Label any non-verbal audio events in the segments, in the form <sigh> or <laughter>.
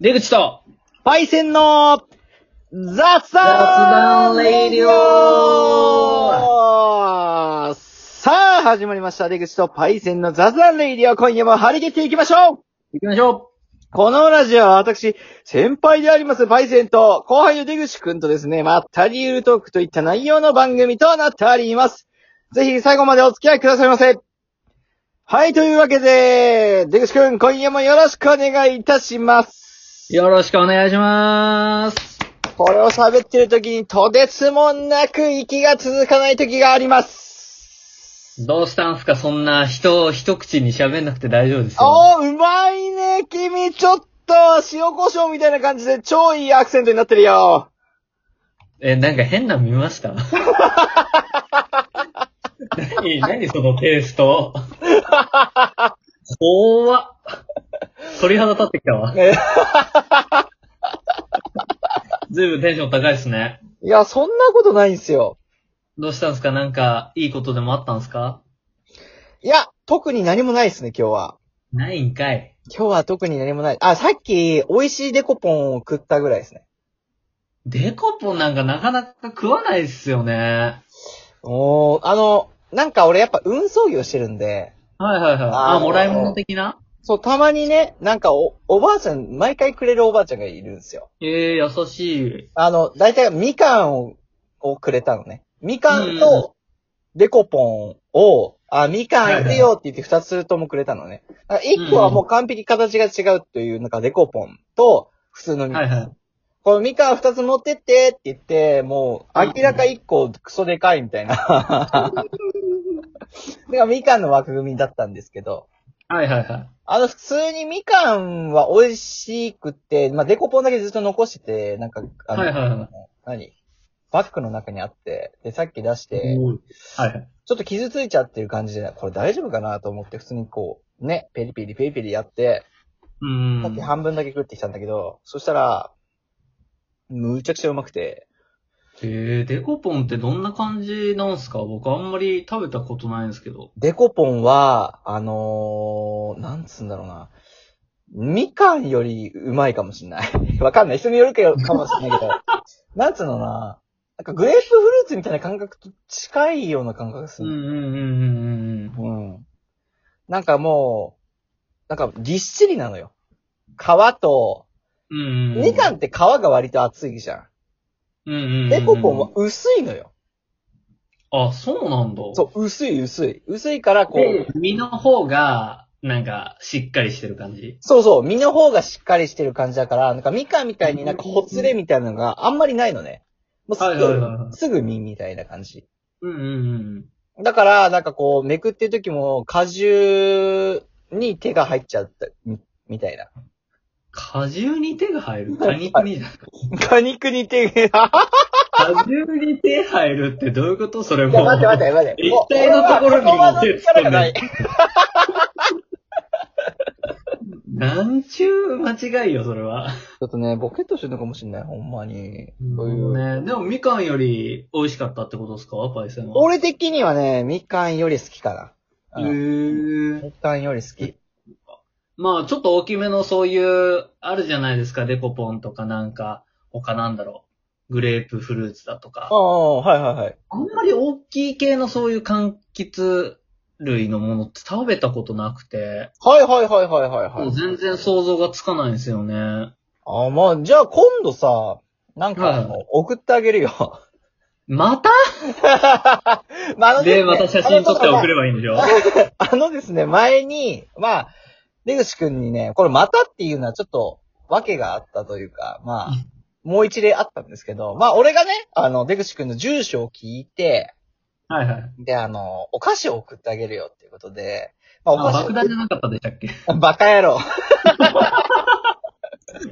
出口と、パイセンのザ・サンレディオさあ、始まりました。出口とパイセンのザ・ザンレディオ。今夜も張り切っていきましょう行きましょこのラジオは私、先輩でありますパイセンと、後輩の出口くんとですね、まったりゆるトークといった内容の番組となっております。ぜひ最後までお付き合いくださいませ。はい、というわけで、出口くん、今夜もよろしくお願いいたします。うよろしくお願いしまーすこれを喋ってる時にとてつもなく息が続かない時があります。どうしたんすかそんな人を一口に喋んなくて大丈夫ですよ。おー、うまいね、君。ちょっと、塩胡椒みたいな感じで超いいアクセントになってるよ。え、なんか変なの見ました <laughs> 何何そのテイスト。怖っ。鳥肌立ってきたわ。ねずいぶんテンション高いですね。いや、そんなことないんすよ。どうしたんすかなんか、いいことでもあったんすかいや、特に何もないですね、今日は。ないんかい。今日は特に何もない。あ、さっき、美味しいデコポンを食ったぐらいですね。デコポンなんかなかなか食わないっすよね。おー、あの、なんか俺やっぱ運送業してるんで、はいはいはい。ああーもらい物的なそう、たまにね、なんかお、おばあちゃん、毎回くれるおばあちゃんがいるんですよ。ええ優しい。あの、だいたいみかんを、をくれたのね。みかんうんうんと、デコポンを、あ、みかんはいはい入れようって言って二つともくれたのね。だから一個はもう完璧に形が違うという、なんかデコポンと、普通のみかん。はいはい。このみかん二つ持ってってって言って、もう、明らか一個クソでかいみた <laughs> いな。だからみかんの枠組みだったんですけど、はいはいはあの、普通にみかんは美味しくて、まあ、デコポンだけずっと残してて、なんか、あい。の、はいはいはい。何バッグの中にあって、で、さっき出して、おーはいはい。ちょっと傷ついちゃってる感じで、これ大丈夫かなと思って、普通にこう、ね、ペリペリペリペリやって、うさっんき。半分だけ食ってきたんだけど、そしたら、むちゃくちゃうまくて、えー、デコポンってどんな感じなんすか僕あんまり食べたことないんですけど。デコポンは、あのー、なんつうんだろうな。みかんよりうまいかもしんない。 <laughs> わかんない。人によるけどかもしんない <laughs> けど。なんつうのかな。なんかグレープフルーツみたいな感覚と近いような感覚がすうんる。うんうんうんうん。うん。なんかもう、なんかぎっしりなのよ。皮と、うんうん。みかんって皮が割と厚いじゃうんうんうんうん。ん。デコポンは薄いのよ。あ、そうなんだ。そう、薄い薄い。薄いからこうで、、身の方が、なんか、しっかりしてる感じ。そうそう、身の方がしっかりしてる感じだから、なんかみかんみたいになんかほつれみたいなのがあんまりないのね。もうすぐ、はいはいはいはいすぐ身みたいな感じ。うんうんうん。だから、なんかこう、めくってる時も果汁に手が入っちゃった、みみたい <laughs> な。果汁に手が入る果肉にじゃん。果肉に手が、果汁に手入るってどういうことそれいもや、う。待って待って待って。液体のところにも手突っ込んでるもう俺は言葉の力がない。なんちゅう間違いよ、それは。ちょっとね、ボケっとしてるのかもしんない、ほんまに。そういう。ね。でも、みかんより美味しかったってことですかパイセンは。俺的にはね、みかんより好きかへな。うんー。みかんより好き。まあ、ちょっと大きめのそういう、あるじゃないですか。デコポンとかなんか、他なんだろう。グレープフルーツだとかあ。あ、はいはいはい。あんまり大きい系のそういう柑橘類のものって食べたことなくて、はいはいはいはいはい、はい。もう全然想像がつかないんですよね。あ、まあ、じゃあ今度さ、なんか、あの送ってあげる <laughs> よ。またまあ、あのですで、ねまた写真撮って送ればいいんでしょあのですね、前に、まあ、出口くんにね、これまたっていうのはちょっと、訳があったというか、まあ、もう一例あったんですけど、まあ、俺がね、あの、出口くんの住所を聞いて、はいはい。で、あの、お菓子を送ってあげるよっていうことで、まあ、あ、お菓爆弾子じゃなかったでしたっけを、 <laughs> バカ野郎。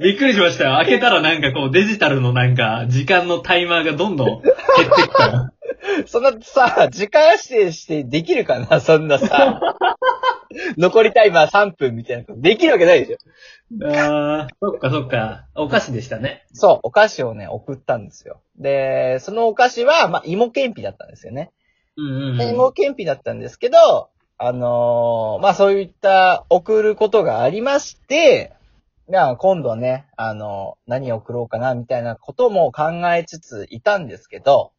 びっくりしましたよ。開けたらなんかこうデジタルのなんか時間のタイマーがどんどん減ってきた。そんなさ、時間指定してできるかなそんなさ、 <laughs> 残りタイマー3分みたいなことできるわけないでしょ。 <laughs> あーそっかそっか。お菓子でしたね。そう、お菓子をね、送ったんですよ。で、そのお菓子は、まあ、芋けんぴだったんですよね。うんうん、でうん。芋けんぴだったんですけど、あのーまあ、そういった送ることがありまして、じゃあ今度はね、あの何を送ろうかな、みたいなことも考えつついたんですけど、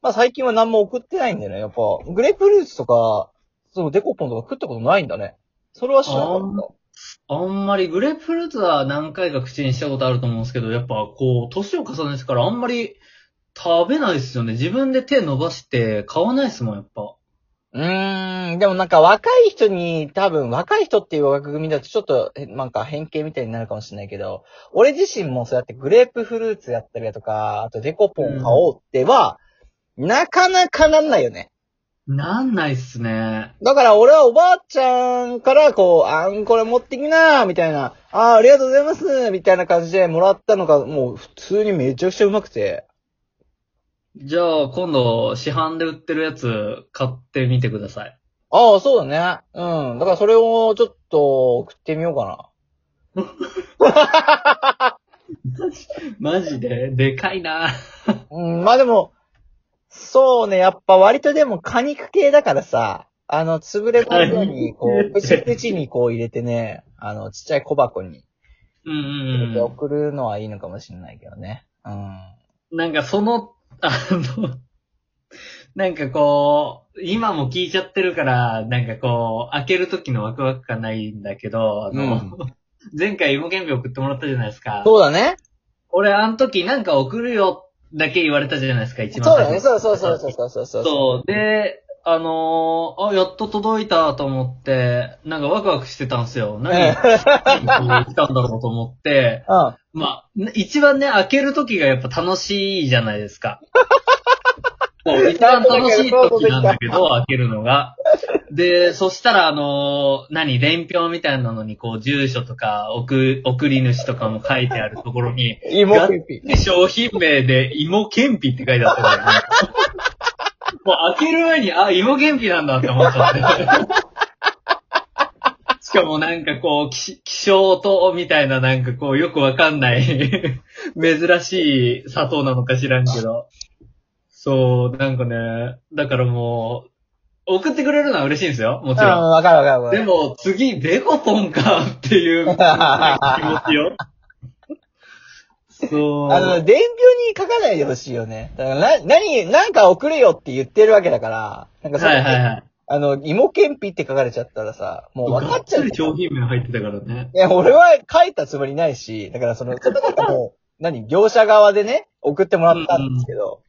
まあ、最近は何も送ってないんだよね。やっぱ、グレープフルーツとか、そのデコポンとか食ったことないんだね。それは知らなかった。あんまりグレープフルーツは何回か口にしたことあると思うんですけど、やっぱこう、年を重ねてからあんまり食べないですよね。自分で手伸ばして買わないですもん、やっぱ。うーん、でもなんか若い人に、多分若い人っていう枠組みだとちょっと、えなんか偏見みたいになるかもしれないけど、俺自身もそうやってグレープフルーツやったりだとか、あとデコポン買おうっては、なかなかなんないよね。なんないっすね。だから俺はおばあちゃんからこう、あん、これ持ってきなみたいな、あーありがとうございますみたいな感じでもらったのが、もう普通にめちゃくちゃうまくて。じゃあ、今度、市販で売ってるやつ、買ってみてください。ああ、そうだね。うん。だからそれをちょっと送ってみようかな。マジで、でかいな。うん、まあでも、そうね、やっぱ割とでも果肉系だからさ、あの、潰れないように、こ果 <laughs> う、肉プ系チプチにこう入れてね、あの、ちっちゃい小箱にうん入れうんてう送るのはいいのかもしれないけどね。うん。ん。なんかその、あの、なんかこう、今も聞いちゃってるから、なんかこう、開ける時のワクワク感ないんだけど、あの、前回芋けんぴ送ってもらったじゃないですか。そうだね。俺、あの時なんか送るよだけ言われたじゃないですか、一そ番うだ初ね。めそうそうそうそうそうそうそう。そう。で、あのーあ、やっと届いたと思って、なんかワクワクしてたんですよ。何来たんだろうと思って、うん。まあ、一番ね、開ける時がやっぱ楽しいじゃないです <laughs> か。そう一番楽しい時なんだけど、開けるのが。で、そしたら、あのー何、伝票みたいなのに、こう、住所とか、送、送り主とかも書いてあるところに、芋ピピ。で商品名で、芋けんぴって書いてあった <laughs> から、ね、もう開ける前に、あ、芋けんぴなんだって思っちゃ <laughs> って。しかもなんかこう、き希少糖みたいななんかこう、よくわかんない、 <laughs> 珍しい砂糖なのか知らんけど。そう、なんかね、だからもう、送ってくれるのは嬉しいんですよ、もうん、ちろん。わかるわかるわかでる。も、次、デコポンかっていう気持ち <laughs> よ。そう。あの、伝票に書かないでほしいよね。だからな、何、なんか送れよって言ってるわけだから、なんかそれ、はいはいはい。あの、芋けんぴって書かれちゃったらさ、もう分かっちゃうがじつりゃん。商品名入ってたからね。いや、俺は書いたつもりないし、だからその、それなんかもう、何、業者側でね、送ってもらったんですけど、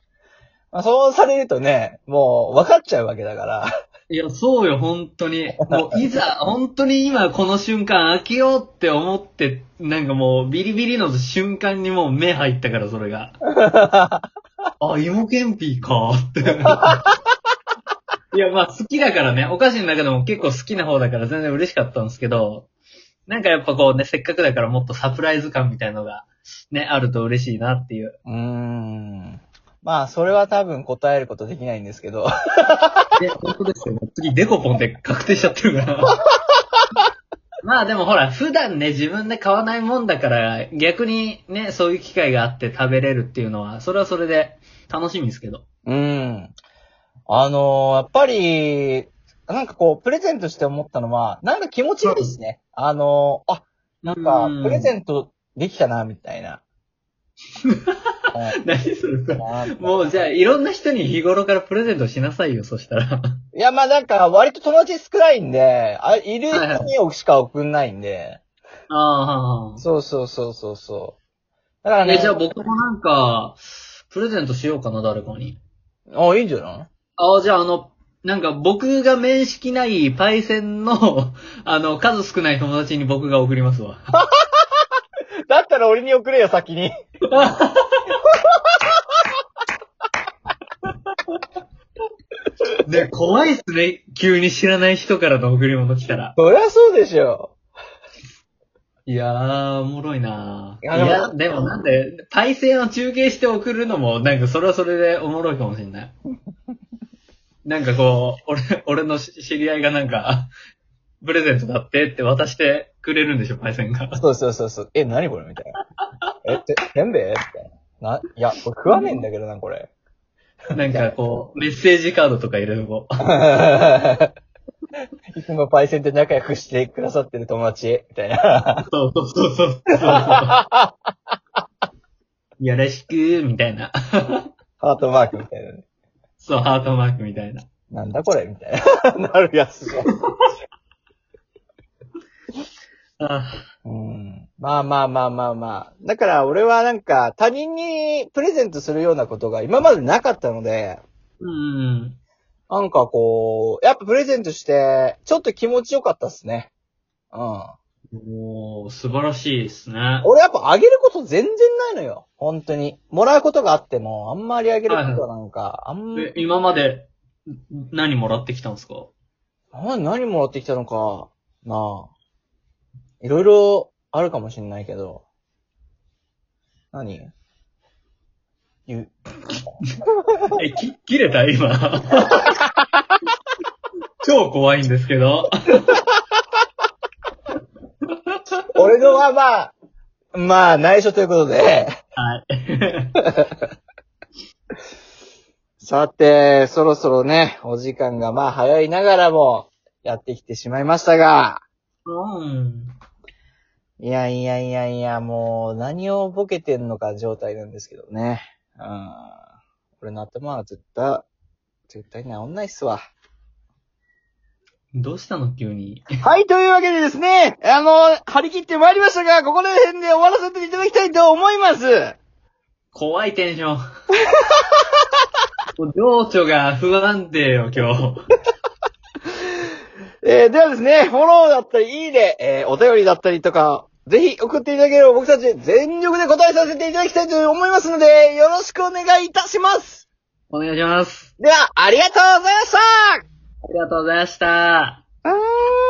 まあ、そうされるとね、もう分かっちゃうわけだから、いや、そうよ、本当に。もう、いざ、 <laughs> 本当に今この瞬間開けようって思って、なんかもう、ビリビリの瞬間にもう目入ったから、それ <laughs> が。あ、芋けんぴか、って。いや、まあ、好きだからね、お菓子の中でも結構好きな方だから全然嬉しかったんですけど、なんかやっぱこうね、せっかくだからもっとサプライズ感みたいのが、ね、あると嬉しいなっていう。うーん。まあ、それは多分答えることできないんですけど、 <laughs> いや、本当ですよ。次、デコポンで確定しちゃってるから。 <laughs> まあでもほら、普段ね、自分で買わないもんだから、逆にね、そういう機会があって食べれるっていうのは、それはそれで楽しみですけど。うん。あのーやっぱり、なんかこう、プレゼントして思ったのは、なんか気持ちいいですね。あのーあ、なんか、プレゼンントできたな、みたい <laughs> な。ト。何するか。うんもうじゃあ、いろんな人に日頃からプレゼントしなさいよ、そしたら。いや、まあなんか、割と友達少ないんで、あいる人にしか送んないんで。あそうそうそうそうそう。だからあ。ね。え、じゃあ僕もなんか、プレゼントしようかな、誰かに。あ、いいんじゃないああ、じゃああの、なんか僕が面識ないパイセンの、 <laughs> あの、数少ない友達に僕が送りますわ。だったら俺に送れよ、先に。 <laughs> <laughs> ね、怖いっすね。急に知らない人からの贈り物来たら。そりゃそうでしょ。いやー、おもろいないいやでもや、でもなんで、対戦を中継して送るのも、なんかそれはそれでおもろいかもしれ <laughs> ない。なんかこう、俺、俺のし知り合いがなんか、 <laughs> プレゼントだってって渡してくれるんでしょ、パイセンが。そうそうそうそう。え、何これみたいな。え、て、せんべいみたいな。な、いや、これ食わねえんだけどな、これ。 <laughs> なんかこう、メッセージカードとか入れるとこ。いつもパイセンで仲良くしてくださってる友達、みたいな。そうそうそうそうそうそう。よろしく、みたいな。ハートマークみたいなね。そう、ハートマークみたいな。なんだこれみたいな。 <laughs> なるやつが。あうん。まあまあまあまあまあ。だから俺はなんか他人にプレゼントするようなことが今までなかったので、うん。なんかこう、やっぱプレゼントして、ちょっと気持ちよかったっすね。うん。もう、素晴らしいですね。俺やっぱあげること全然ないのよ。本当に。もらうことがあっても、あんまりあげることはなんか、あんまえ今まで、ん何もらってきたんですかな何もらってきたのかなあ。いろいろあるかもしんないけど。何言う。え、き、切れた今。 <laughs> 超怖いんですけど。俺のはまあ、まあ内緒ということで。はい。さて、そろそろね、お時間がまあ早いながらも、やってきてしまいましたが。うん。いやいやいやいや、もう何をボケてんのか状態なんですけどね。うん。俺の頭は絶対、絶対治んないっすわ。どうしたの急に。はい、というわけでですね、あの、張り切ってまいりましたが、ここら辺で終わらせていただきたいと思います。怖いテンション。もう情緒が不安定よ、今日。えーではですね、フォローだったり、いいね、えーお便りだったりとか、ぜひ送っていただければ僕たち全力で答えさせていただきたいと思いますので、よろしくお願いいたします。お願いします。では、ありがとうございましたありがとうございました。うーん